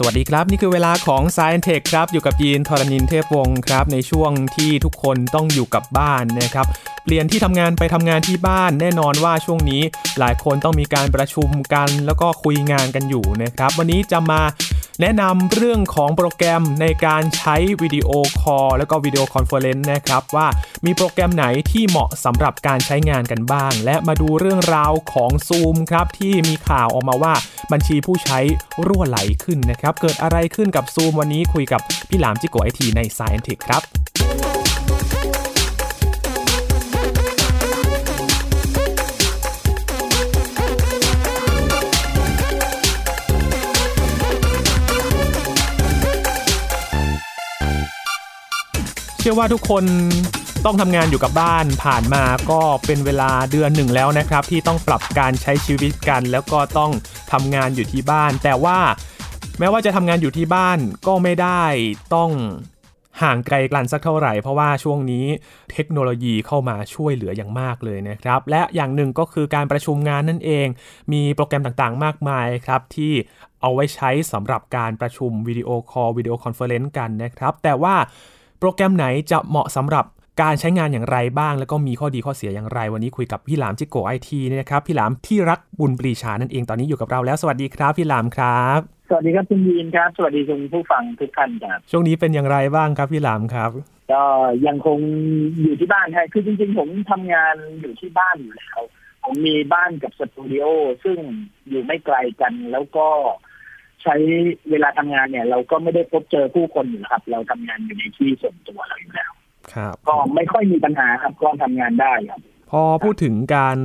สวัสดีครับ นี่คือเวลาของ s าย e n t e c h ครับ อยู่กับยีนทรณินเทพวงศ์ครับ ในช่วงที่ทุกคนต้องอยู่กับบ้านนะครับ เปลี่ยนที่ทำงานไปทำงานที่บ้าน แน่นอนว่าช่วงนี้หลายคนต้องมีการประชุมกัน แล้วก็คุยงานกันอยู่นะครับ วันนี้จะมาแนะนำเรื่องของโปรแกรมในการใช้วิดีโอคอลแล้วก็วิดีโอคอนเฟอเรนซ์นะครับ ว่ามีโปรแกรมไหนที่เหมาะสำหรับการใช้งานกันบ้าง และมาดูเรื่องราวของ Zoom ครับ ที่มีข่าวออกมาว่าบัญชีผู้ใช้รั่วไหลขึ้นนะครับ เกิดอะไรขึ้นกับ Zoom วันนี้คุยกับพี่หลามจิโกะไอทีใน s าย e n t e c h ครับ เชื่อว่าทุกคนต้องทำงานอยู่กับบ้านผ่านมาก็เป็นเวลาเดือนหนึ่งแล้วนะครับ ที่ต้องปรับการใช้ชีวิตกัน แล้วก็ต้องทำงานอยู่ที่บ้าน แต่ว่าแม้ว่าจะทำงานอยู่ที่บ้านก็ไม่ได้ต้องห่างไกลกันสักเท่าไหร่ เพราะว่าช่วงนี้เทคโนโลยีเข้ามาช่วยเหลืออย่างมากเลยนะครับ และอย่างหนึ่งก็คือการประชุมงานนั่นเอง มีโปรแกรมต่างๆ มากมายครับที่ เอาไว้ใช้สำหรับการประชุมวิดีโอคอลวิดีโอคอนเฟอเรนซ์กันนะครับ แต่ว่าโปรแกรมไหนจะเหมาะสำหรับการใช้งานอย่างไรบ้าง แล้วก็มีข้อดีข้อเสียอย่างไร วันนี้คุยกับพี่หลามจิโกไอทีนะครับ พี่หลามที่รักบุญปรีชานั่นเองตอนนี้อยู่กับเราแล้วสวัสดีครับ พี่หลามครับ สวัสดีครับคุณยีนครับ สวัสดีคุณผู้ฟังทุกท่านครับ ช่วงนี้เป็นอย่างไรบ้างครับพี่หลามครับ ก็ยังคงอยู่ที่บ้านครับคือจริง ๆ ผมทำงานอยู่ที่บ้านอยู่แล้วผมมีบ้านกับสตูดิโอซึ่งอยู่ไม่ไกลกัน แล้วก็ใช้เวลาทำงานเนี่ย เราก็ไม่ได้พบเจอผู้คนอยู่แล้วครับ เราทำงานอยู่ในที่ส่วนตัวเราอยู่แล้ว ครับ ก็ไม่ค่อยมีปัญหาครับก็ทำงานได้ครับ พอพูดถึงการ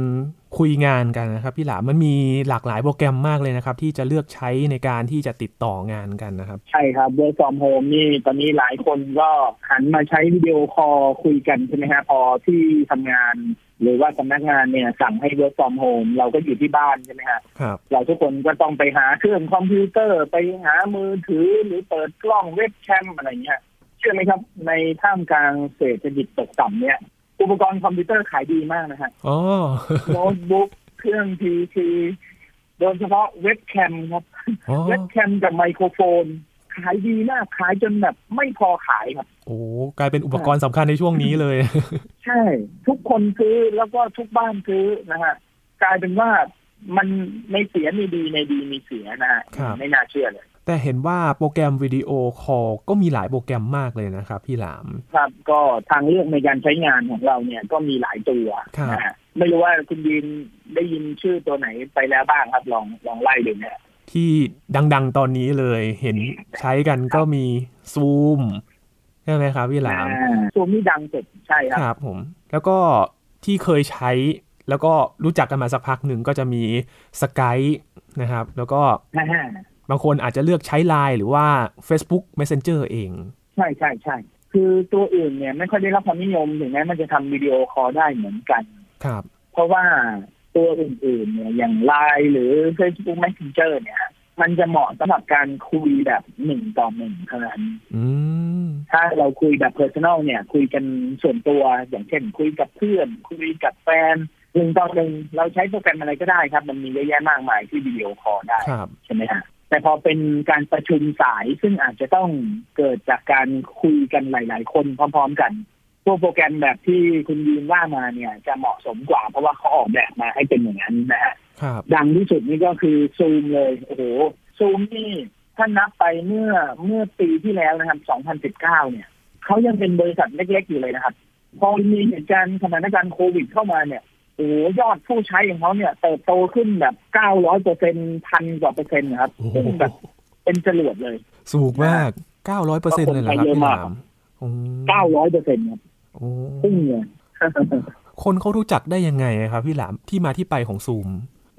คุยงานกันนะครับพี่หลามมันมีหลากหลายโปรแกรมมากเลยนะครับ ที่จะเลือกใช้ในการที่จะติดต่องานกันนะครับ ใช่ครับ work from home นี่ตอนนี้หลายคนก็หันมาใช้วิดีโอคอลคุยกันใช่ไหมฮะพอที่ทำงาน หรือว่าสำนักงานเนี่ยสั่งให้ work from home เราก็อยู่ที่บ้านใช่ไหมฮะ ครับ เราทุกคนก็ต้องไปหาเครื่องคอมพิวเตอร์ ไปหามือถือหรือเปิดกล้องเว็บแคมอะไรเงี้ยเชื่อไหมครับ ในท่ามกลางเศรษฐกิจตกต่ำเนี่ย อุปกรณ์คอมพิวเตอร์ขายดีมากนะฮะ อ๋อ โน้ตบุ๊กเครื่องพีซีโดยเฉพาะเว็บแคมครับ อ๋อ เว็บแคมกับไมโครโฟน ขายดีมากขายจนแบบไม่พอขายครับ โอ้กลายเป็นอุปกรณ์สำคัญในช่วงนี้เลย ใช่ ทุกคนซื้อแล้วก็ทุกบ้านซื้อนะฮะกลายเป็นว่ามันในเสียมีดีในดีมีเสียนะฮะ ครับ ไม่น่าเชื่อเลย แต่เห็นว่าโปรแกรมวิดีโอคอลก็มีหลายโปรแกรมมากเลยนะครับพี่หลาม ครับ ก็ทางเลือกในการใช้งานของเราเนี่ยก็มีหลายตัว ครับ นะฮะไม่รู้ว่าคุณยินได้ยินชื่อตัวไหนไปแล้วบ้างครับ ลองลองไล่ดูนะฮะ ที่ดังๆตอนนี้เลย เห็นใช้กันก็มีซูมใช่ไหมครับพี่หลาม ซูมนี่ดังสุดใช่ครับ ครับผม แล้วก็ที่เคยใช้แล้วก็รู้จักกันมาสักพักหนึ่งก็จะมีสกายนะครับ แล้วก็ นะฮะ บางคนอาจจะเลือกใช้ Line หรือว่า Facebook Messenger เอง ใช่ใช่ใช่คือตัวอื่นเนี่ยไม่ค่อยได้รับความนิยมถึงแม้มันจะทำวิดีโอคอลได้เหมือนกัน ครับ เพราะว่าตัวอื่นๆเนี่ยอย่างไลน์หรือ Facebook Messenger เนี่ย มันจะเหมาะสำหรับการคุยแบบหนึ่งต่อหนึ่งเท่านั้น อืม ถ้าเราคุยแบบ Personal เนี่ย คุยกันส่วนตัวอย่างเช่น คุยกับเพื่อน คุยกับแฟนหนึ่งต่อหนึ่งเราใช้โปรแกรมอะไรก็ได้ครับ มันมีเยอะแยะมากมายที่วิดีโอคอลได้ ครับ ใช่ไหมฮะแต่พอเป็นการประชุมสายซึ่งอาจจะต้องเกิดจากการคุยกันหลาย ๆ คนพร้อม ๆ กัน พวกโปรแกรมแบบที่คุณยืนว่ามาเนี่ย จะเหมาะสมกว่า เพราะว่าเขาออกแบบมาให้เป็นอย่างนั้นนะฮะ ครับ ดังที่สุดนี่ก็คือซูมเลยโอ้โหซูมนี่ถ้านับไปเมื่อเมื่อปีที่แล้วนะครับ 2019 เนี่ยเขายังเป็นบริษัทเล็ก ๆ อยู่เลยนะครับ พอมีเหตุการณ์สถานการณ์โควิดเข้ามาเนี่ย โอ้โหยอดผู้ใช้ของเขาเนี่ยเติบโตขึ้นแบบ 900%เปอร์เซ็นพันกว่าเปอร์เซ็นต์นะครับ โอ้โห เป็นแบบเป็นจรวดเลย สูงมาก 900%เลยเหรอครับ ก็คงไปเยอะ พี่ห มาก ลามอืม 900%เปอร์เซ็นต์ครับ โอ้ พุ่งเลย คนเขารู้จักได้ยังไงครับพี่หลามที่มาที่ไปของซูม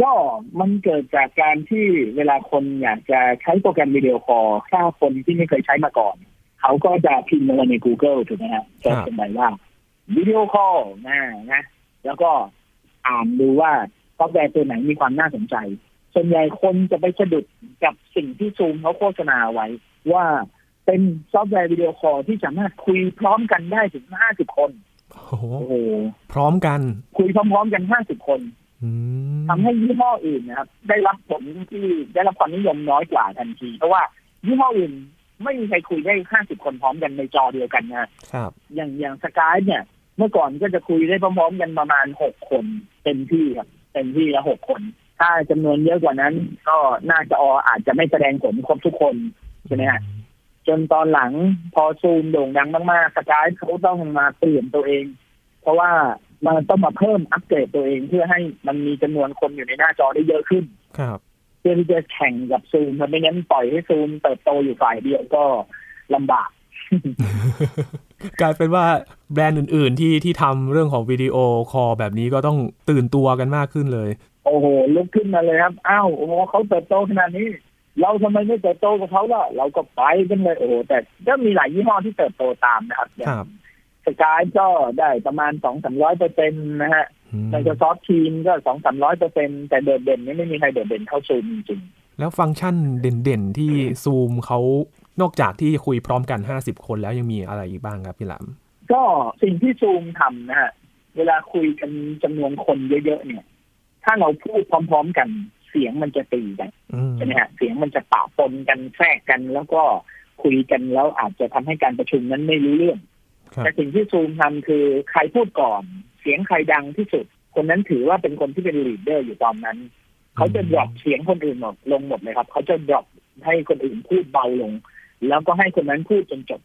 ก็มันเกิดจากการที่เวลาคนอยากจะใช้โปรแกรมวิดีโอคอลถ้าคนที่ไม่เคยใช้มาก่อน เขาก็จะพิมพ์ลงไปใน Google ถูกไหมฮะ ครั จะ บ เป็นไรว่าวิดีโอคอลนะนะ แล้วก็อ่านดูว่าซอฟต์แวร์ตัวไหนมีความน่าสนใจ ส่วนใหญ่คนจะไปสะดุดกับสิ่งที่ซูมเขาโฆษณาไว้ ว่าเป็นซอฟต์แวร์วิดีโอคอลที่สามารถคุยพร้อมกันได้ถึง 50 คน โอ้โห โอ้โห พร้อมกัน คุยพร้อมๆกัน 50 คน อืม ทำให้ยี่ห้ออื่นนะครับ ได้รับผลที่ได้รับความนิยมน้อยกว่าทันที เพราะว่า ยี่ห้ออื่นไม่มีใครคุยได้ห้าสิบคนพร้อมกันในจอเดียวกันนะ ครับ อย่างอย่างสกายเนี่ย เมื่อก่อนก็จะคุยได้พร้อมๆกันประมาณหกคนเต็มที่ครับเต็มที่ละหกคน ถ้าจำนวนเยอะกว่านั้น ก็น่าจะออาจจะไม่แสดงผลครบทุกคนใช่ไหมฮะจนตอนหลังพอซูมโด่งดังมากๆสกายเขาต้องมาเปลี่ยนตัวเอง เพราะว่ามันต้องมาเพิ่มอัปเกรดตัวเองเพื่อให้มันมีจำนวนคนอยู่ในหน้าจอได้เยอะขึ้น ครับ เพื่อที่จะแข่งกับซูมมันไม่งั้นปล่อยให้ซูมเติบโตอยู่ฝ่ายเดียวก็ลำบาก กลายเป็นว่าแบรนด์อื่น ๆ ที่ที่ทำเรื่องของวิดีโอคอลแบบนี้ก็ต้องตื่นตัวกันมากขึ้นเลย โอ้โหลุกขึ้นมาเลยครับ อ้าวโอ้โหเขาเติบโตขนาดนี้ เราทำไมไม่เติบโตกับเขาล่ะ เราก็ไปกันเลย โอ้โหแต่ก็มีหลายยี่ห้อที่เติบโตตามนะครับอย่า ค ง รับ สกายก็ได้ประมาณสองสามร้อยเปอร์เซ็นต์นะฮะ อืม ไมโครซอฟทีมก็สองสามร้อยเปอร์เซ็นต์แต่เด่นเด่นๆนี่ไม่มีใครเด่นเด่นๆเท่าซูมจริง แล้วฟังก์ชันเด่น ๆ ที่ซูมเขานอกจากที่คุยพร้อมกัน 50 คนแล้วยังมีอะไรอีกบ้างครับพี่หลาม ๆก็สิ่งที่ซูมทำนะฮะ เวลาคุยกันจำนวนคนเยอะๆเนี่ย ถ้าเราพูดพร้อม ๆ กันเสียงมันจะตีกัน อืม ใช่ไหมฮะเสียงมันจะปะปนกันแทรกกัน แล้วก็คุยกันแล้วอาจจะทำให้การประชุมนั้นไม่รู้เรื่อง ครับ แต่สิ่งที่ซูมทำคือใครพูดก่อน เสียงใครดังที่สุด คนนั้นถือว่าเป็นคนที่เป็นลีดเดอร์อยู่ตอนนั้น เขาจะดรอปเสียงคนอื่นหมดลงหมดเลยครับ เขาจะดรอปให้คนอื่นพูดเบาลง แล้วก็ให้คนนั้นพูดจนจบ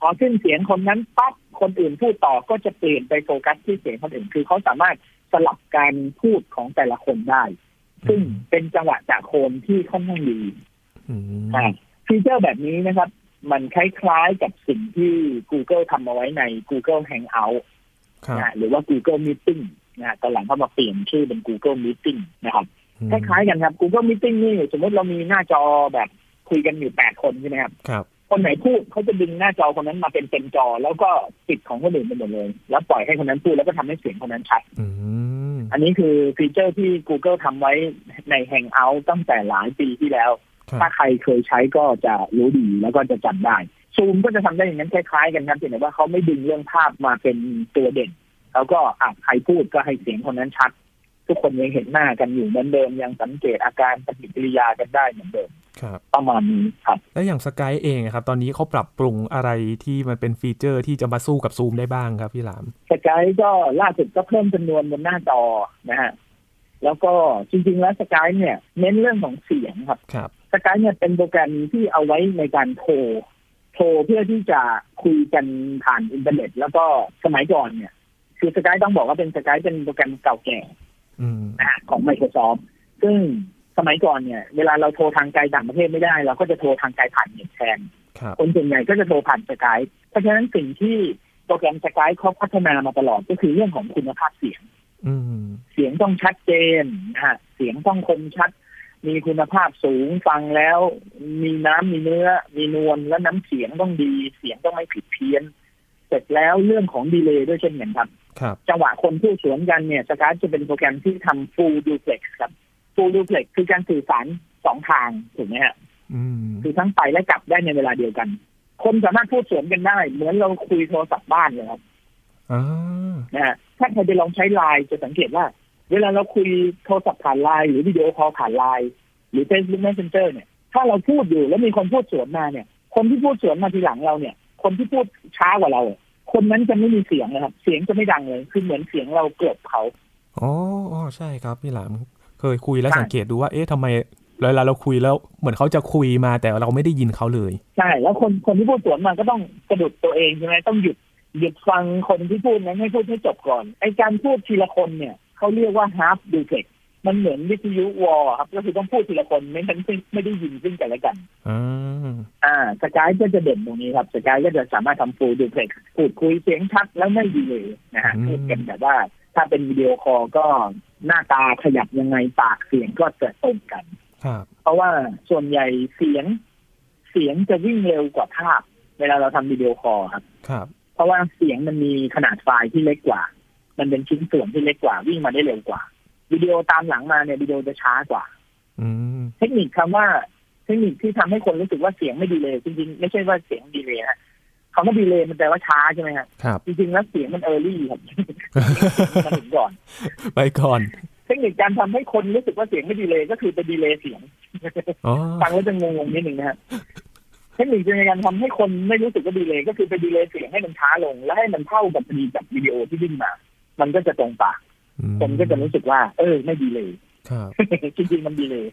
พอขึ้นเสียงคนนั้นปั๊บคนอื่นพูดต่อก็จะเปลี่ยนไปโฟกัสที่เสียงคนอื่นคือเขาสามารถสลับการพูดของแต่ละคนได้ ซึ่งเป็นจังหวะจากโคนที่ค่อนข้างดี อืม อ่าฟีเจอร์แบบนี้นะครับ มันคล้ายๆกับสิ่งที่ Google ทำเอาไว้ใน Google Hangout ครับ นะฮะหรือว่า Google Meeting นะฮะตอนหลังเขามาเปลี่ยนชื่อเป็น Google Meeting นะครับ คล้ายๆกันครับ Google Meeting นี่สมมติเรามีหน้าจอแบบคุยกันอยู่ 8 คนใช่ไหมครับ ครับ คนไหนพูดเขาจะดึงหน้าจอคนนั้นมาเป็นเต็มจอ แล้วก็ปิดของคนอื่นไปหมดเลย แล้วปล่อยให้คนนั้นพูดแล้วก็ทำให้เสียงคนนั้นชัด อืม อันนี้คือฟีเจอร์ที่ Google ทำไว้ใน Hangout ตั้งแต่หลายปีที่แล้ว ครับ ถ้าใครเคยใช้ก็จะรู้ดีแล้วก็จะจำได้ซูมก็จะทำได้อย่างนั้นคล้ายๆ กันครับเพียงแต่ว่าเขาไม่ดึงเรื่องภาพมาเป็นตัวเด่นแล้วก็อ่ะใครพูดก็ให้เสียงคนนั้นชัด ทุกคนยังเห็นหน้ากันอยู่เหมือนเดิมยังสังเกตอาการปฏิกิริยากันได้เหมือนเดิม ครับ ประมาณนี้ครับ แล้วอย่างสกายเองอะครับ ตอนนี้เขาปรับปรุงอะไรที่มันเป็นฟีเจอร์ที่จะมาสู้กับซูมได้บ้างครับพี่หลาม สกายก็ล่าสุดก็เพิ่มจำนวนบนหน้าจอนะฮะแล้วก็จริงๆแล้วสกายเนี่ย เน้นเรื่องของเสียงครับ ครับ สกายเนี่ยเป็นโปรแกรมที่เอาไว้ในการโทร โทรเพื่อที่จะคุยกันผ่านอินเทอร์เน็ต แล้วก็สมัยก่อนเนี่ย คือสกายต้องบอกว่าเป็นสกายเป็นโปรแกรมเก่าแก่ อืม นะฮะของ Microsoft ซึ่งสมัยก่อนเนี่ย เวลาเราโทรทางไกลต่างประเทศไม่ได้ เราก็จะโทรทางไกลผ่านเน็ตแทน ครับ คนส่วนใหญ่ก็จะโทรผ่านสกายเพราะฉะนั้นสิ่งที่โปรแกรมสกายเขาพัฒนามาตลอดก็คือเรื่องของคุณภาพเสียง อืม เสียงต้องชัดเจนนะฮะ เสียงต้องคมชัด มีคุณภาพสูงฟังแล้ว มีน้ำมีเนื้อ มีนวลและน้ำเสียงต้องดี เสียงต้องไม่ผิดเพี้ยน เสร็จแล้วเรื่องของดีเลย์ด้วยเช่นกันครับ ครับ จังหวะคนพูดสวนกันเนี่ยสกาจะเป็นโปรแกรมที่ทำ full duplex ครับ full duplex คือการสื่อสารสองทางถูกไหมฮะ อืม คือทั้งไปและกลับได้ในเวลาเดียวกัน คนสามารถพูดสวนกันได้ เหมือนเราคุยโทรศัพท์บ้านเลยครับ อ่า นะฮะถ้าใครไปลองใช้ไลน์จะสังเกตว่า เวลาเราคุยโทรศัพท์ผ่านไลน์หรือวิดีโอคอลผ่านไลน์หรือ Facebook Messenger เนี่ย ถ้าเราพูดอยู่แล้วมีคนพูดสวนมาเนี่ย คนที่พูดสวนมาทีหลังเราเนี่ย คนที่พูดช้ากว่าเราอะคนนั้นจะไม่มีเสียงนะครับ เสียงจะไม่ดังเลย คือเหมือนเสียงเราเกลบเขา อ๋ออ๋อใช่ครับพี่หลาม เคยคุยแล้ว ใช่ สังเกตดูว่า เอ๊ะทำไมเวลาเราคุยแล้วเหมือนเขาจะคุยมาแต่เราไม่ได้ยินเขาเลย ใช่ แล้วคนคนที่พูดสวนมาก็ต้องกระดุดตัวเองใช่ไหมต้องหยุดหยุดฟังคนที่พูดนั้นให้พูดให้จบก่อนไอการพูดทีละคนเนี่ยเขาเรียกว่า half duplex มันเหมือนวิทยุวอลครับก็คือต้องพูดทีละคนไม่งั้นไม่ได้ยินซึ่งกันและกัน อ่า อ่าสกายก็จะเด่นตรงนี้ครับสกายก็จะสามารถทำ full duplex พูดคุยเสียงชัดแล้วไม่ดีเลยนะฮะ อืม พูดกันแต่ว่า ถ้าเป็นวิดีโอคอลก็หน้าตาขยับยังไงปากเสียงก็จะตรงกัน ครับ เพราะว่าส่วนใหญ่เสียง เสียงจะวิ่งเร็วกว่าภาพ เวลาเราทำวิดีโอคอลครับ ครับ เพราะว่าเสียงมันมีขนาดไฟล์ที่เล็กกว่า มันเป็นชิ้นส่วนที่เล็กกว่า วิ่งมาได้เร็วกว่า วิดีโอตามหลังมาเนี่ยวิดีโอจะช้ากว่า อืม เทคนิคคำว่า เทคนิคที่ทำให้คนรู้สึกว่าเสียงไม่ดีเลย จริงๆ ไม่ใช่ว่าเสียงดีเลยฮะคำว่าดีเลยมันแปลว่าช้าใช่ไหมฮะ ครับ จริงๆ แล้วเสียงมันเออร์ลี่ครับ มันถึงก่อน ไปก่อน เทคนิคการทำให้คนรู้สึกว่าเสียงไม่ดีเลยก็คือไปดีเลยเสียง อ๋อ ฟังแล้วจะงงๆนิดนึงนะฮะ เทคนิคในการทำให้คนไม่รู้สึกว่าดีเลยก็คือไปดีเลยเสียงให้มันช้าลง และให้มันเท่ากับพอดีกับวิดีโอที่วิ่งมา มันก็จะตรงปาก อืม คนก็จะรู้สึกว่า เออ ไม่ดีเลย ครับ จริงๆมันดีเลย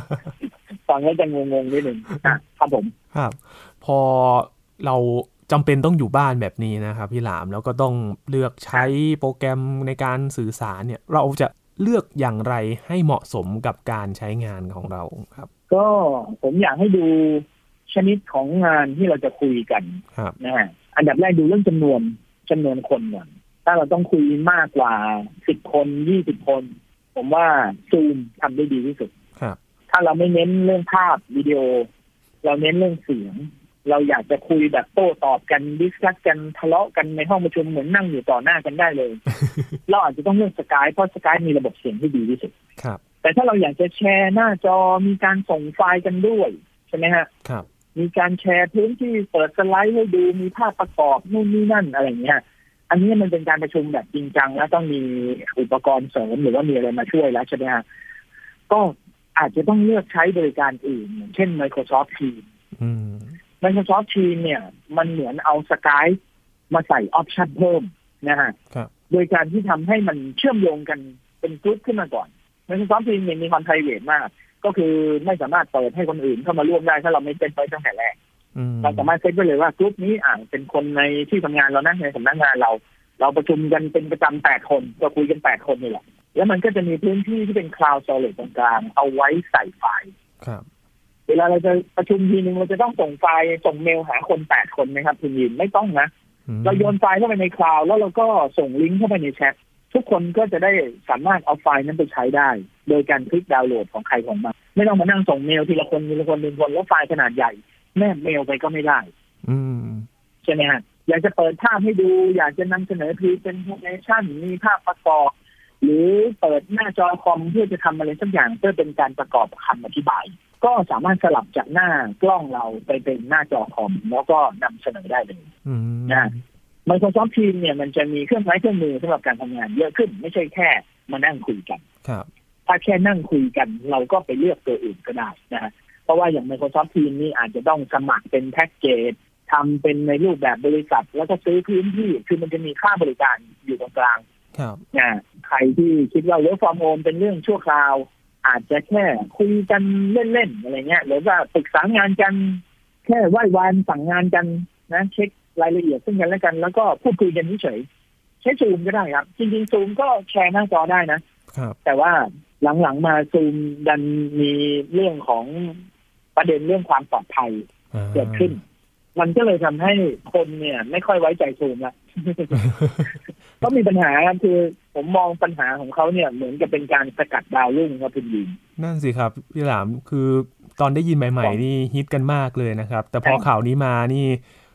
ฟังแล้วจะงงๆนิดหนึ่งอ่ะครับผม ครับ พอเราจำเป็นต้องอยู่บ้านแบบนี้นะครับพี่หลามแล้วก็ต้องเลือกใช้โปรแกรมในการสื่อสารเนี่ย เราจะเลือกอย่างไรให้เหมาะสมกับการใช้งานของเราครับ ก็ผมอยากให้ดูชนิดของงานที่เราจะคุยกัน ครับ นะฮะอันดับแรกดูเรื่องจำนวนจำนวนคนก่อนถ้าเราต้องคุยมากกว่าสิบคนยี่สิบคน ผมว่าซูมทำได้ดีที่สุด ครับ ถ้าเราไม่เน้นเรื่องภาพวิดีโอ เราเน้นเรื่องเสียง เราอยากจะคุยแบบโต้ตอบกันดิสคัสกันทะเลาะกันในห้องประชุมเหมือนนั่งอยู่ต่อหน้ากันได้เลย เราอาจจะต้องเลือกสกายเพราะสกายมีระบบเสียงที่ดีที่สุด ครับ แต่ถ้าเราอยากจะแชร์หน้าจอมีการส่งไฟล์กันด้วย ใช่ไหมฮะ ครับ มีการแชร์พื้นที่เปิดสไลด์ให้ดูมีภาพประกอบนู่นนี่นั่นอะไรอย่างเงี้ย อันนี้มันเป็นการประชุมแบบจริงจัง แล้วต้องมีอุปกรณ์เสริมหรือว่ามีอะไรมาช่วยแล้วใช่ไหมฮะก็อาจจะต้องเลือกใช้บริการอื่นอย่างเช่น Microsoft Teams อืม Microsoft Teams เนี่ย มันเหมือนเอาสกายมาใส่ออปชั่นเพิ่มนะฮะ ครับ โดยการที่ทำให้มันเชื่อมโยงกันเป็นกรุ๊ปขึ้นมาก่อน Microsoft Teams เนี่ยมีความไพรเวทมาก ก็คือไม่สามารถเปิดให้คนอื่นเข้ามาร่วมได้ถ้าเราไม่เป็นไปตั้งแต่แรก อืม เราสามารถเซ็ตไว้เลยว่ากลุ่มนี้อ่าเป็นคนในที่ทำงานเรานะในสำนักงานเรา เราประชุมกันเป็นประจำแปดคนเราคุยกันแปดคนนี่แหละ แล้วมันก็จะมีพื้นที่ที่เป็นคลาวด์โซลิดตรงกลางเอาไว้ใส่ไฟล์ ครับ เวลาเราจะประชุมทีนึงเราจะต้องส่งไฟล์ส่งเมลหาคนแปดคนไหมครับคุณยินไม่ต้องนะ อืม เราโยนไฟล์เข้าไปในคลาวด์แล้วเราก็ส่งลิงก์เข้าไปในแชททุกคนก็จะได้สามารถเอาไฟล์นั้นไปใช้ได้ โดยการคลิกดาวน์โหลดของใครของมันไม่ต้องมานั่งส่งเมลทีละคนทีละคนทีละคนแล้วไฟล์ขนาดใหญ่แนบเมลไปก็ไม่ได้ อืม ใช่ไหมฮะอยากจะเปิดภาพให้ดู อยากจะนำเสนอพรีเซนเทชันมีภาพประกอบ หรือเปิดหน้าจอคอมเพื่อจะทำอะไรสักอย่างเพื่อเป็นการประกอบคำอธิบาย ก็สามารถสลับจากหน้ากล้องเราไปเป็นหน้าจอคอม แล้วก็นำเสนอได้เลย อืม นะ Microsoft Teams เนี่ยมันจะมีเครื่องไม้เครื่องมือสำหรับการทำงานเยอะขึ้น ไม่ใช่แค่มานั่งคุยกัน ครับ ถ้าแค่นั่งคุยกันเราก็ไปเลือกตัวอื่นก็ได้นะฮะเพราะว่าอย่าง Microsoft Teams นี่อาจจะต้องสมัครเป็นแพ็กเกจทำเป็นในรูปแบบบริษัท แล้วก็ซื้อพื้นที่ คือมันจะมีค่าบริการอยู่ตรงกลาง ครับ นะใครที่คิดว่าเรื่องฟอร์มโอนเป็นเรื่องชั่วคราว อาจจะแค่คุยกันเล่น ๆ อะไรเงี้ยหรือว่าปรึกษางานกัน แค่ไหว้วานสั่งงานกันนะเช็ครายละเอียดซึ่งกันและกัน แล้วก็พูดคุยกันเฉยๆใช้ซูมก็ได้ครับ จริงๆซูมก็แชร์หน้าจอได้นะ ครับ แต่ว่าหลังๆมาซูมดันมีเรื่องของประเด็นเรื่องความปลอดภัย อ่า เกิดขึ้น มันก็เลยทำให้คนเนี่ย ไม่ค่อยไว้ใจซูม ละ ก็มีปัญหาครับคือผมมองปัญหาของเขาเนี่ยเหมือนกับเป็นการสกัดดาวรุ่งครับคุณยิง นั่นสิครับพี่หลามคือตอนได้ยินใหม่ ๆ นี่ฮิตกันมากเลยนะครับ แต่พอ ใช่ ข่าวนี้มานี่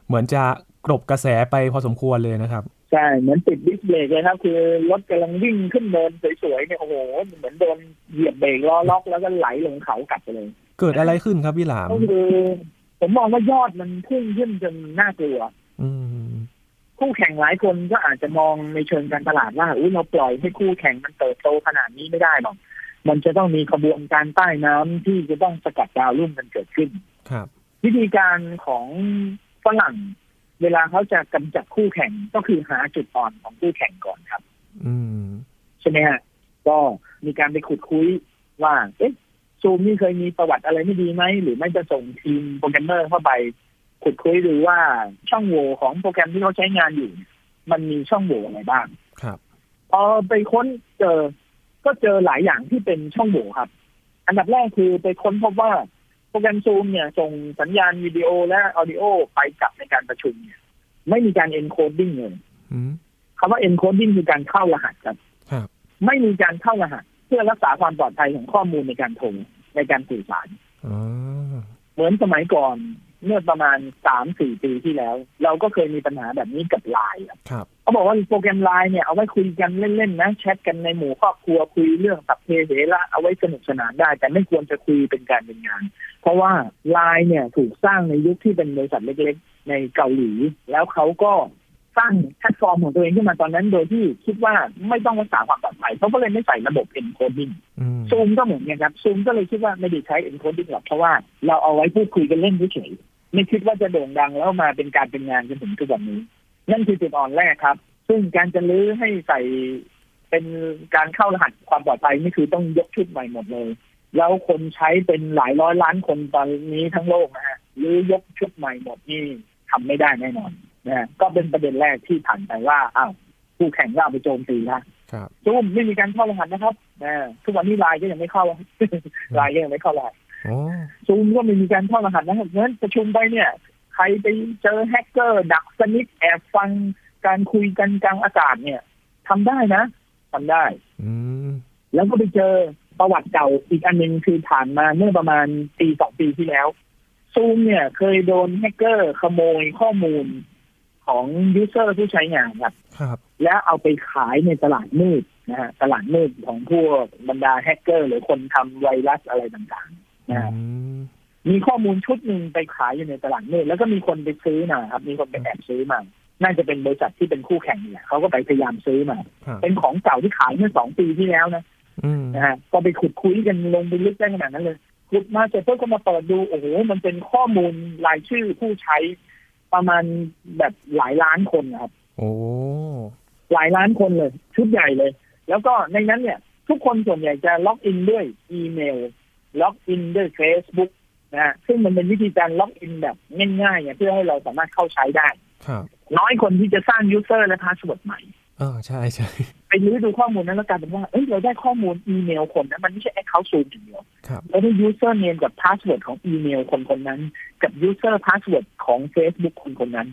เหมือนจะกลบกระแสไปพอสมควรเลยนะครับ ใช่เหมือนติดดิสเบรกเลยครับ คือรถกำลังวิ่งขึ้นเนินสวยๆเนี่ยโอ้โหเหมือนโดนเหยียบเบรกล้อล็อกแล้วก็ไหลลงเขากลับไปเลย เกิดอะไรขึ้นครับพี่หลาม ก็คือผมมองว่ายอดมันพุ่งขึ้นจนน่ากลัว อืม คู่แข่งหลายคนก็อาจจะมองในเชิงการตลาดว่าอุ้ยเราปล่อยให้คู่แข่งมันเติบโตขนาดนี้ไม่ได้หรอก มันจะต้องมีขบวนการใต้น้ำที่จะต้องสกัดดาวรุ่งกันเกิดขึ้น ครับ วิธีการของฝรั่ง เวลาเขาจะกำจัดคู่แข่งก็คือหาจุดอ่อนของคู่แข่งก่อนครับ อืม ใช่ไหมฮะ ก็มีการไปขุดคุยว่า เอ๊ะซูมนี่เคยมีประวัติอะไรไม่ดีไหม หรือไม่จะส่งทีมโปรแกรมเมอร์เข้าไป ขุดคุยดูว่าช่องโหว่ของโปรแกรมที่เขาใช้งานอยู่ มันมีช่องโหว่อะไรบ้าง ครับ พอไปค้นเจอ ก็เจอหลายอย่างที่เป็นช่องโหว่ครับ อันดับแรกคือไปค้นพบว่าโปรแกรมซูมเนี่ย ส่งสัญญาณวิดีโอและออดิโอไปกลับในการประชุมเนี่ย ไม่มีการเอนโคดดิ้งเลย อืม คำว่าเอนโคดดิ้งคือการเข้ารหัสครับ ครับ ไม่มีการเข้ารหัสเพื่อรักษาความปลอดภัยของข้อมูลในการโทรในการสื่อสาร อ๋อ เหมือนสมัยก่อนเมื่อประมาณสามสี่ปีที่แล้ว เราก็เคยมีปัญหาแบบนี้กับไลน์อะ ครับ เขาบอกว่าโปรแกรมไลน์เนี่ยเอาไว้คุยกันเล่นๆนะแชทกันในหมู่ครอบครัวคุยเรื่องสัพเพเหระเอาไว้สนุกสนานได้ แต่ไม่ควรจะคุยเป็นการเป็นงาน เพราะว่าไลน์เนี่ยถูกสร้างในยุคที่เป็นบริษัทเล็กๆ ในเกาหลี แล้วเขาก็สร้างแพลตฟอร์มของตัวเองขึ้นมาตอนนั้น โดยที่คิดว่าไม่ต้องรักษาความปลอดภัยเขาก็เลยไม่ใส่ระบบ encoding อืม ซูมก็เหมือนกันครับซูมก็เลยคิดว่าไม่ได้ใช้ encoding หรอกเพราะว่าเราเอาไว้พูดคุยกันเล่นเฉย ไม่คิดว่าจะโด่งดังแล้วมาเป็นการเป็นงานจนถึงทุกวันนี้ นั่นคือจุดอ่อนแรกครับ ซึ่งการจะลื้อให้ใส่เป็นการเข้ารหัสความปลอดภัยนี่คือต้องยกชุดใหม่หมดเลย แล้วคนใช้เป็นหลายร้อยล้านคนตอนนี้ทั้งโลกนะฮะหรือยกชุดใหม่หมดนี่ทำไม่ได้แน่นอนนะฮะก็เป็นประเด็นแรกที่ผ่านไปว่าอ้าวคู่แข่งก็เอาไปโจมตีละ ครับ ซุ่มไม่มีการเข้ารหัสนะครับนะทุกวันนี้ไลน์ก็ยังไม่เข้า ไลน์ก็ยังไม่เข้าไลน์ โอ้ ซูมก็ไม่มีการเข้ารหัสนะครับเพราะฉะนั้นประชุมไปเนี่ย ใครไปเจอแฮกเกอร์ ดักสนิทแอบฟังการคุยกันกลางอากาศเนี่ยทำได้นะทำได้ อืม แล้วก็ไปเจอประวัติเก่าอีกอันหนึ่งคือผ่านมาเมื่อประมาณปีสองปีที่แล้ว ซูมเนี่ยเคยโดนแฮกเกอร์ขโมยข้อมูลของยูเซอร์ผู้ใช้งานครับ ครับ แล้วเอาไปขายในตลาดมืดนะฮะตลาดมืดของพวกบรรดาแฮกเกอร์ หรือคนทำไวรัสอะไรต่างๆนะฮะ อืม มีข้อมูลชุดหนึ่งไปขายอยู่ในตลาดมืดแล้วก็มีคนไปซื้อมาครับ มีคนไปแอบซื้อมา น่าจะเป็นบริษัทที่เป็นคู่แข่งนี่แหละเขาก็ไปพยายามซื้อมา ครับ เป็นของเก่าที่ขายเมื่อสองปีที่แล้วนะ อืม นะฮะก็ไปขุดคุยกันลงไปลึกได้ขนาดนั้นเลยขุดมาเสร็จเพื่อก็มาเปิดดูโอ้โหมันเป็นข้อมูลรายชื่อผู้ใช้ประมาณแบบหลายล้านคนนะครับ โอ้ หลายล้านคนเลย ชุดใหญ่เลย แล้วก็ในนั้นเนี่ย ทุกคนส่วนใหญ่จะล็อกอินด้วยอีเมล ล็อกอินด้วย Facebook นะฮะซึ่งมันเป็นวิธีการล็อกอินแบบง่ายๆเนี่ยเพื่อให้เราสามารถเข้าใช้ได้ ครับ น้อยคนที่จะสร้างยูเซอร์และพาสเวิร์ดใหม่ เออใช่ใช่ ไปรื้อดูข้อมูลนั้นแล้วกลายเป็นว่าเอ้ยเราได้ข้อมูลอีเมลคนนะมันไม่ใช่แอคเคาท์ซูมอย่างเดียว ครับ เราได้ยูเซอร์เนมกับพาสเวิร์ดของอีเมลคนคนนั้น กับยูเซอร์พาสเวิร์ดของ Facebook คนคนนั้น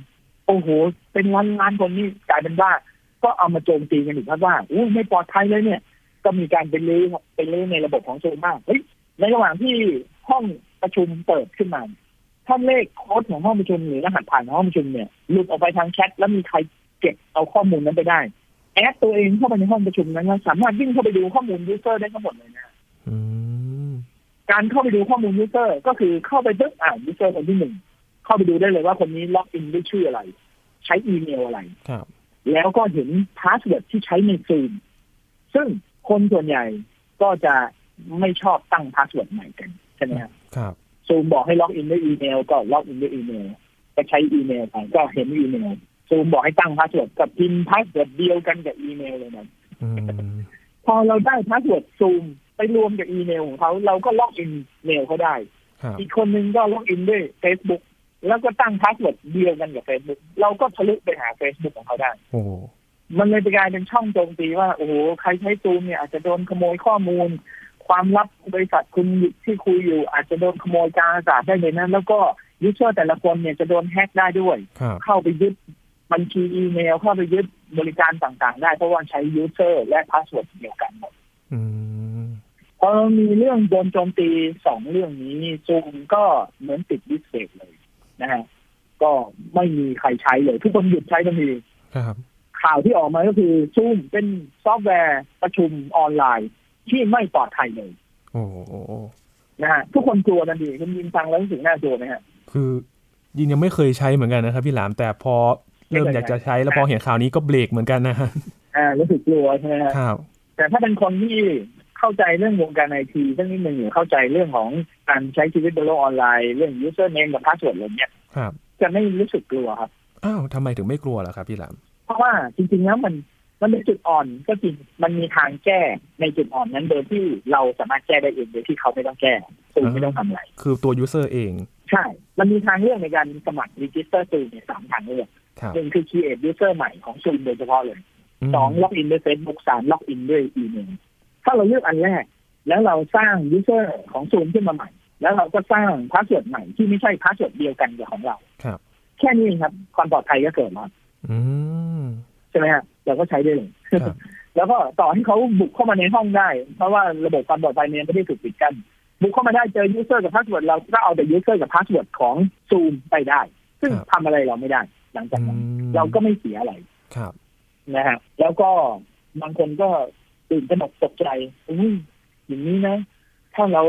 โอ้โห เป็นล้านล้านคนนี่กลายเป็นว่า ก็เอามาโจมตีกันอีกครับว่าอู้ไม่ปลอดภัยเลยเนี่ย ก็มีการไปรื้อไปรื้อในระบบของซูมบ้างเฮ้ยในระหว่างที่ห้องประชุมเปิดขึ้นมาท่านเลขโค้ดของห้องประชุมหรือรหัสผ่านของห้องประชุมเนี่ยหลุดออกไปทางแชทแล้วมีใครเก็บเอาข้อมูลนั้นไปได้ แอดตัวเองเข้าไปในห้องประชุมนั้นนะสามารถวิ่งเข้าไปดูข้อมูลยูเซอร์ได้ทั้งหมดเลยนะ อืม การเข้าไปดูข้อมูลยูเซอร์ก็คือเข้าไปดึกอ่านยูเซอร์คนที่หนึ่งเข้าไปดูได้เลยว่าคนนี้ล็อกอินด้วยชื่ออะไร ใช้อีเมลอะไร ครับ แล้วก็เห็นพาสเวิร์ดที่ใช้ในซูมซึ่งคนส่วนใหญ่ก็จะไม่ชอบตั้งพาสเวิร์ดใหม่กันใช่ไหมครับ ครับ ซูมบอกให้ล็อกอินด้วยอีเมล ก็ล็อกอินด้วยอีเมลก็ใช้อีเมลไปก็เห็นอีเมลซูมบอกให้ตั้งพาสเวิร์ดกับพิมพ์พาสเวิร์ดเดียวกันกับอีเมลเลยนะ อืม พอเราได้พาสเวิร์ดซูมไปรวมกับอีเมลของเขาเราก็ล็อกอินเมลเขาได้ ครับ อีกคนนึงก็ล็อกอินด้วย Facebook แล้วก็ตั้งพาสเวิร์ดเดียวกันกับ Facebook เราก็ทะลุไปหา Facebook ของเขาได้ โอ้ มันเลยกลายเป็นช่องโจมตีว่า โอ้โห ใครใช้ซูมเนี่ยอาจจะโดนขโมยข้อมูล ความลับบริษัทคุณที่คุยอยู่ อาจจะโดนขโมยการอากาศได้เลยนะแล้วก็ยูเซอร์แต่ละคนเนี่ยจะโดนแฮ็กได้ด้วย ครับ เข้าไปยึดบัญชีอีเมลเข้าไปยึดบริการต่างๆ ได้เพราะว่าใช้ยูเซอร์และพาสเวิร์ดเดียวกันหมด อืม พอมีเรื่องโดนโจมตีสองเรื่องนี้ซูมก็เหมือนติดดิสเบรกเลยนะฮะก็ไม่มีใครใช้เลย ทุกคนหยุดใช้ทันที ครับ ข่าวที่ออกมาก็คือซูมเป็นซอฟต์แวร์ประชุมออนไลน์ที่ไม่ปลอดภัยเลย โอ้โอ้ นะฮะทุกคนกลัวทันทีคุณยินฟังแล้วรู้สึกน่ากลัวไหมฮะ คือยินยังไม่เคยใช้เหมือนกันนะครับพี่หลามแต่พอเริ่ม ไม่เคย อยากจะ ใช้ ใช้แล้วพอเห็นข่าวนี้ก็เบรกเหมือนกันนะฮะ อ่ารู้สึกกลัวใช่ไหมฮะ ครับ แต่ถ้าเป็นคนที่เข้าใจเรื่องวงการไอทีเรื่องนี้มันอยู่เข้าใจเรื่องของการใช้ชีวิตบนโลกออนไลน์เรื่อง username กับ password อะไรเนี้ย ครับ จะไม่รู้สึกกลัวครับ อ้าวทำไมถึงไม่กลัวล่ะครับพี่หลาม เพราะว่าจริงๆแล้วมันมันเป็นจุดอ่อนก็จริงมันมีทางแก้ในจุดอ่อนนั้นโดยที่เราสามารถแก้ได้เองโดยที่เขาไม่ต้องแก้ซูมไม่ต้องทำอะไร คือตัวยูเซอร์เอง ใช่ มันมีทางเลือกในการสมัครรีจิสเตอร์ซูมเนี่ยสามทางเลือก ครับ หนึ่งคือ create user ใหม่ของซูมโดยเฉพาะเลย ม สองล็อกอินด้วย Facebook สามล็อกอินด้วยอีเมลถ้าเราเลือกอันแรก แล้วเราสร้าง user ของซูมขึ้นมาใหม่ แล้วเราก็สร้างพาสเวิร์ดใหม่ที่ไม่ใช่พาสเวิร์ดเดียวกันกับของเรา ครับ แค่นี้เองครับความปลอดภัยก็เกิดแล้ว อืม ใช่ไหมฮะเราก็ใช้ได้เลย ครับ แล้วก็ต่อให้เขาบุกเข้ามาในห้องได้ เพราะว่าระบบความปลอดภัยเนี่ยไม่ได้ถูกปิดกั้นบุกเข้ามาได้เจอยูเซอร์กับพาสเวิร์ดเราก็เอาแต่ยูเซอร์กับพาสเวิร์ดของซูมไปได้ ซึ่ง ครับ ทำอะไรเราไม่ได้ หลังจากนั้น เราก็ไม่เสียอะไร ครับ นะฮะแล้วก็บางคนก็ตื่นตระหนกตกใจอุ้ยอย่างนี้นะ ถ้าเรา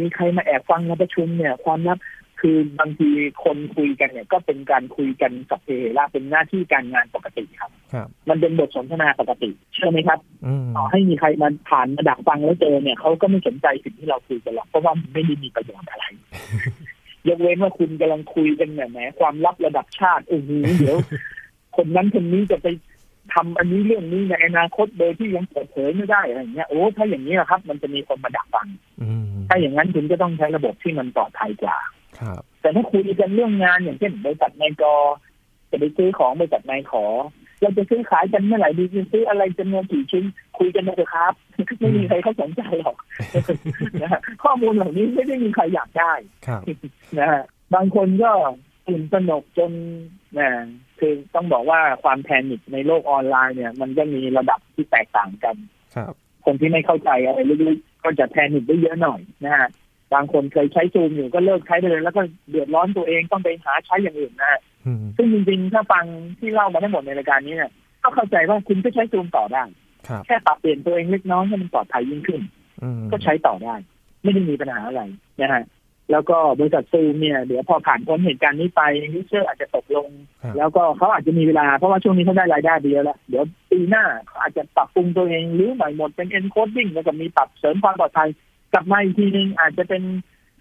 มีใครมาแอบฟังเราประชุมเนี่ย ความลับคือบางทีคนคุยกันเนี่ย ก็เป็นการคุยกันกับเพละเป็นหน้าที่การงานปกติครับ ครับ มันเป็นบทสนทนาปกติ เชื่อไหมครับ อืม ต่อให้มีใครมาผ่านมาดักฟังแล้วเจอเนี่ยเขาก็ไม่สนใจสิ่งที่เราคุยกันหรอกเพราะว่ามันไม่ได้มีประโยชน์อะไร ยกเว้นว่าคุณกำลังคุยกันเนี่ยแหมความลับระดับชาติโอ้โหเดี๋ยว คนนั้นคนนี้จะไปทำอันนี้เรื่องนี้ในอนาคตโดยที่ยังเปิดเผยไม่ได้อะไรอย่างเงี้ยโอ้ถ้าอย่างนี้นะครับ มันจะมีคนมาดักฟัง อืม ถ้าอย่างนั้นคุณก็ต้องใช้ระบบที่มันปลอดภัยกว่า ครับ แต่ถ้าคุยกันเรื่องงานอย่างเช่นบริษัทนายกอจะไปซื้อของบริษัทนายขอ เราจะซื้อขายกันเมื่อไหร่ดีจะซื้ออะไรจำนวนกี่ชิ้น คุยกันมาเถอะครับ ไม่มีใครเขาสนใจหรอก นะฮะข้อมูลเหล่านี้ไม่ได้มีใครอยากได้ ครับ นะฮะบางคนก็ตื่นตระหนกจนนะคือต้องบอกว่าความแพนิคในโลกออนไลน์เนี่ย มันก็มีระดับที่แตกต่างกัน ครับ คนที่ไม่เข้าใจอะไรลึกๆก็จะแพนิคได้เยอะหน่อยนะฮะบางคนเคยใช้ซูมอยู่ก็เลิกใช้ไปเลย แล้วก็เดือดร้อนตัวเองต้องไปหาใช้อย่างอื่นนะฮะ อืม ซึ่งจริงๆถ้าฟังที่เล่ามาทั้งหมดในรายการนี้เนี่ยก็เข้าใจว่าคุณก็ใช้ซูมต่อได้ ครับ แค่ปรับเปลี่ยนตัวเองเล็กน้อยให้มันปลอดภัยยิ่งขึ้น อืม ก็ใช้ต่อได้ ไม่ได้มีปัญหาอะไรนะฮะแล้วก็บริษัทซูมเนี่ยเดี๋ยวพอผ่านพ้นเหตุการณ์นี้ไปยูเซอร์อาจจะตกลง ครับ แล้วก็เขาอาจจะมีเวลาเพราะว่าช่วงนี้เขาได้รายได้ดีแล้วละเดี๋ยวปีหน้าเขาอาจจะปรับปรุงตัวเองหรือใหม่หมดเป็นเอนโคดดิ้งแล้วก็มีปรับเสริมความปลอดภัย กลับมาอีกทีนึงอาจจะเป็น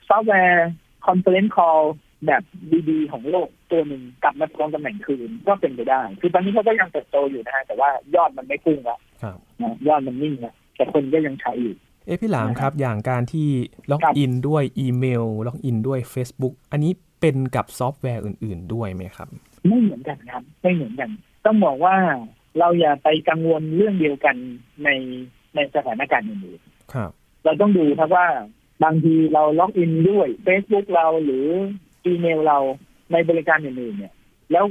ซอฟต์แวร์คอนเฟอเรนซ์คอลแบบดีๆของโลกตัวหนึ่งกลับมาทวงตำแหน่งคืนก็เป็นไปได้ คือตอนนี้เขาก็ยังเติบโตอยู่นะฮะแต่ว่ายอดมันไม่พุ่งละ ครับ นะยอดมันนิ่งละแต่คนก็ยังใช้อยู่ เอะพี่หลามครับ อย่างการที่ล็อก ครับ อินด้วยอีเมล ล็อกอินด้วย Facebook อันนี้เป็นกับซอฟต์แวร์อื่น ๆ ด้วยไหมครับ ไม่เหมือนกันครับ ไม่เหมือนกัน ต้องบอกว่าเราอย่าไปกังวลเรื่องเดียวกันในในสถานการณ์อื่น ครับ ๆเราต้องดูครับว่าบางทีเราล็อกอินด้วย Facebook เราหรืออีเมลเราในบริการอื่นๆเนี่ย แล้ว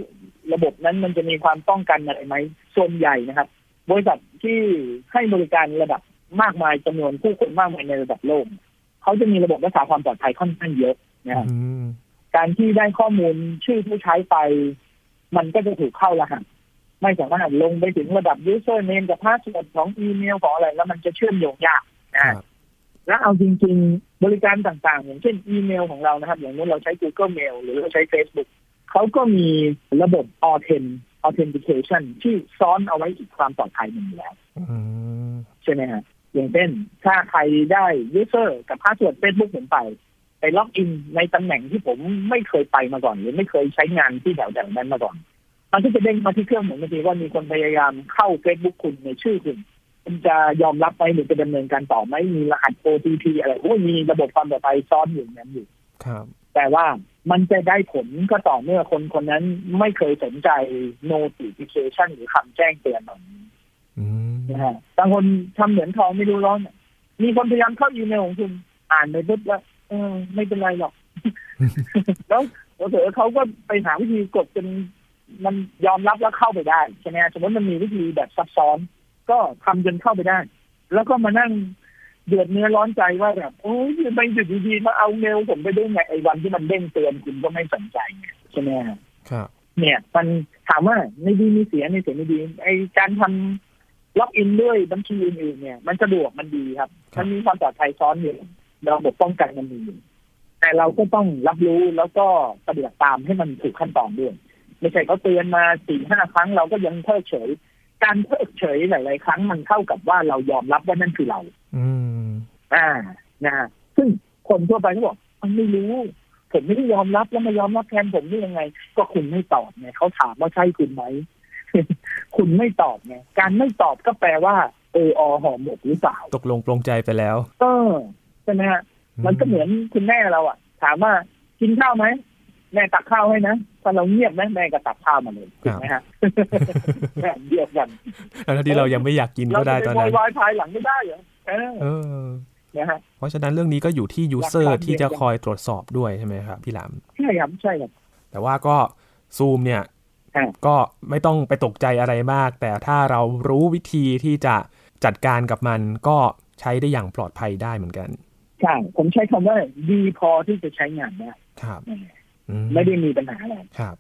ระบบนั้นมันจะมีความป้องกันอะไรไหมส่วนใหญ่นะครับ บริษัทที่ให้บริการระดับมากมายจำนวนผู้คนมากมายในระดับโลก เขาจะมีระบบรักษาความปลอดภัยค่อนข้างเยอะนะครับ อืม การที่ได้ข้อมูลชื่อผู้ใช้ไป มันก็จะถูกเข้ารหัสไม่สามารถลงไปถึงระดับ user name กับ password ของอีเมลของอะไร แล้วมันจะเชื่อมโยงยาก ค นะ รับ แล้วเอาจริง ๆ บริการต่างๆ อย่างเช่นอีเมลของเรานะครับ อย่างนู้นเราใช้ Google Mail หรือเราใช้ Facebook เขาก็มีระบบ Auth authentication ที่ซ้อนเอาไว้อีกความปลอดภัยหนึ่งอยู่แล้ว อืม ใช่ไหมฮะอย่างเช่น ถ้าใครได้ user กับ password Facebook ผมไป ไปล็อกอินในตำแหน่งที่ผมไม่เคยไปมาก่อน หรือไม่เคยใช้งานที่แถวแถวนั้นมาก่อน มันก็จะเด้งมาที่เครื่องผมทันทีว่ามีคนพยายามเข้า Facebook คุณในชื่อคุณคุณจะยอมรับไหมหรือจะดำเนินการต่อไหมมีรหัส OTP อะไรโอ้ยมีระบบความปลอดภัยซ้อนอยู่ในนั้นอยู่ ครับ แต่ว่ามันจะได้ผลก็ต่อเมื่อคนคนนั้นไม่เคยสนใจ notification หรือคำแจ้งเตือนเหล่านี้ อืม นะฮะบางคนทำเหมือนทองไม่รู้ร้อนเนี่ยมีคนพยายามเข้าอีเมลของคุณ อ่านไปปุ๊บแล้วเออไม่เป็นไรหร อก แล้วเผลอๆเขาก็ไปหาวิธีกดจนมันยอมรับแล้วเข้าไปได้ใช่ไหมฮะสมมติมันมีวิธีแบบซับซ้อน ก็ทำจนเข้าไปได้ แล้วก็มานั่งเดือดเนื้อร้อนใจว่าแบบโอ้ยทำไมอยู่ดีๆมาเอาเมลผมไปได้ไงไอ้วันที่มันเด้งเตือนคุณก็ไม่สนใจไงใช่ไหมฮะ ครับ เนี่ยมันถามว่าในดีมีเสียในเสียไม่ดีไอการทำล็อกอินด้วยบัญชีอื่นๆเนี่ย มันสะดวกมันดีครับ ครับ มันมีความปลอดภัยซ้อนอยู่ระบบป้องกันมันมีอยู่แต่เราก็ต้องรับรู้แล้วก็ปฏิบัติตามให้มันถูกขั้นตอนด้วยไม่ใช่เขาเตือนมาสี่ห้าครั้งเราก็ยังเพิกเฉย การเพิกเฉยหลายๆครั้งมันเท่ากับว่าเรายอมรับว่านั่นคือเรา อืม อ่านะฮะซึ่งคนทั่วไปเขาบอกมันไม่รู้ ผมไม่ได้ยอมรับแล้วมายอมรับแทนผมได้ยังไง ก็คุณไม่ตอบไงเขาถามว่าใช่คุณไหม คุณไม่ตอบไงการไม่ตอบก็แปลว่า เอออห่อหมกหรือเปล่า ตกลงปลงใจไปแล้ว เออใช่ไหมฮะมันก็เหมือนคุณแม่เราอ่ะ ถามว่ากินข้าวไหมแม่ตักข้าวให้นะถ้าเราเงียบนะแม่ก็ตักข้าวมาเลยถูกไหม ฮะ แบบเดียวกัน แล้วที่เรายังไม่อยากกิน เรา ก็ จะ ได้ ไป ตอน โว นั้ ย น วายภายหลังไม่ได้เหรอเออ เออ นะฮะ เพราะฉะนั้นเรื่องนี้ก็อยู่ที่ยูเซอ หลั ร์ กการ ที่จะคอยตรวจสอบด้วยใช่ไหมครับพี่หลาม ใช่ครับใช่ครับ แต่ว่าก็ซูมเนี่ย อ่า ก็ไม่ต้องไปตกใจอะไรมาก แต่ถ้าเรารู้วิธีที่จะจัดการกับมันก็ใช้ได้อย่างปลอดภัยได้เหมือนกัน ใช่ผมใช้คำว่าดีพอที่จะใช้งานได้ ครับอืม ไม่ได้มีปัญหาอะไร ครับ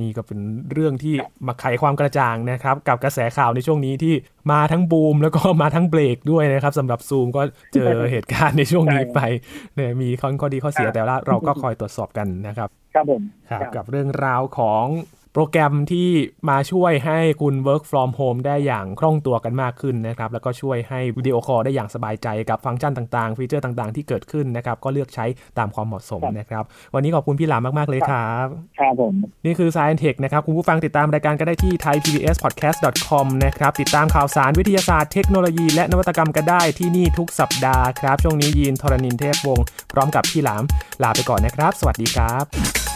นี่ก็เป็นเรื่องที่มาไขความกระจ่างนะครับ กับกระแสข่าวในช่วงนี้ที่มาทั้งบูมแล้วก็ มาทั้งเบรกด้วยนะครับสำหรับซูมก็เจอเหตุการณ์ในช่วงนี้ไปเนี่ยมีข้อดีข้อเสีย ครับ แต่ว่าเราก็คอยตรวจสอบกันนะครับ ครับผม ครับ ครับ กับเรื่องราวของ โปรแกรมที่มาช่วยให้คุณ work from home ได้อย่างคล่องตัวกันมากขึ้นนะครับ แล้วก็ช่วยให้วิดีโอคอลได้อย่างสบายใจกับฟังก์ชันต่างๆ ฟีเจอร์ต่างๆ ที่เกิดขึ้นนะครับ ก็เลือกใช้ตามความเหมาะสมนะครับ วันนี้ขอบคุณพี่หลามมาก ๆ เลยครับ ครับผม นี่คือ Science Tech นะครับ คุณผู้ฟังติดตามรายการก็ได้ที่ thaipbspodcast.com นะครับ ติดตามข่าวสารวิทยาศาสตร์เทคโนโลยีและนวัตกรรมก็ได้ที่นี่ทุกสัปดาห์ครับ ช่วงนี้ยีนทรณินเทพวงศ์พร้อมกับพี่หลาม ลาไปก่อนนะครับ สวัสดีครับ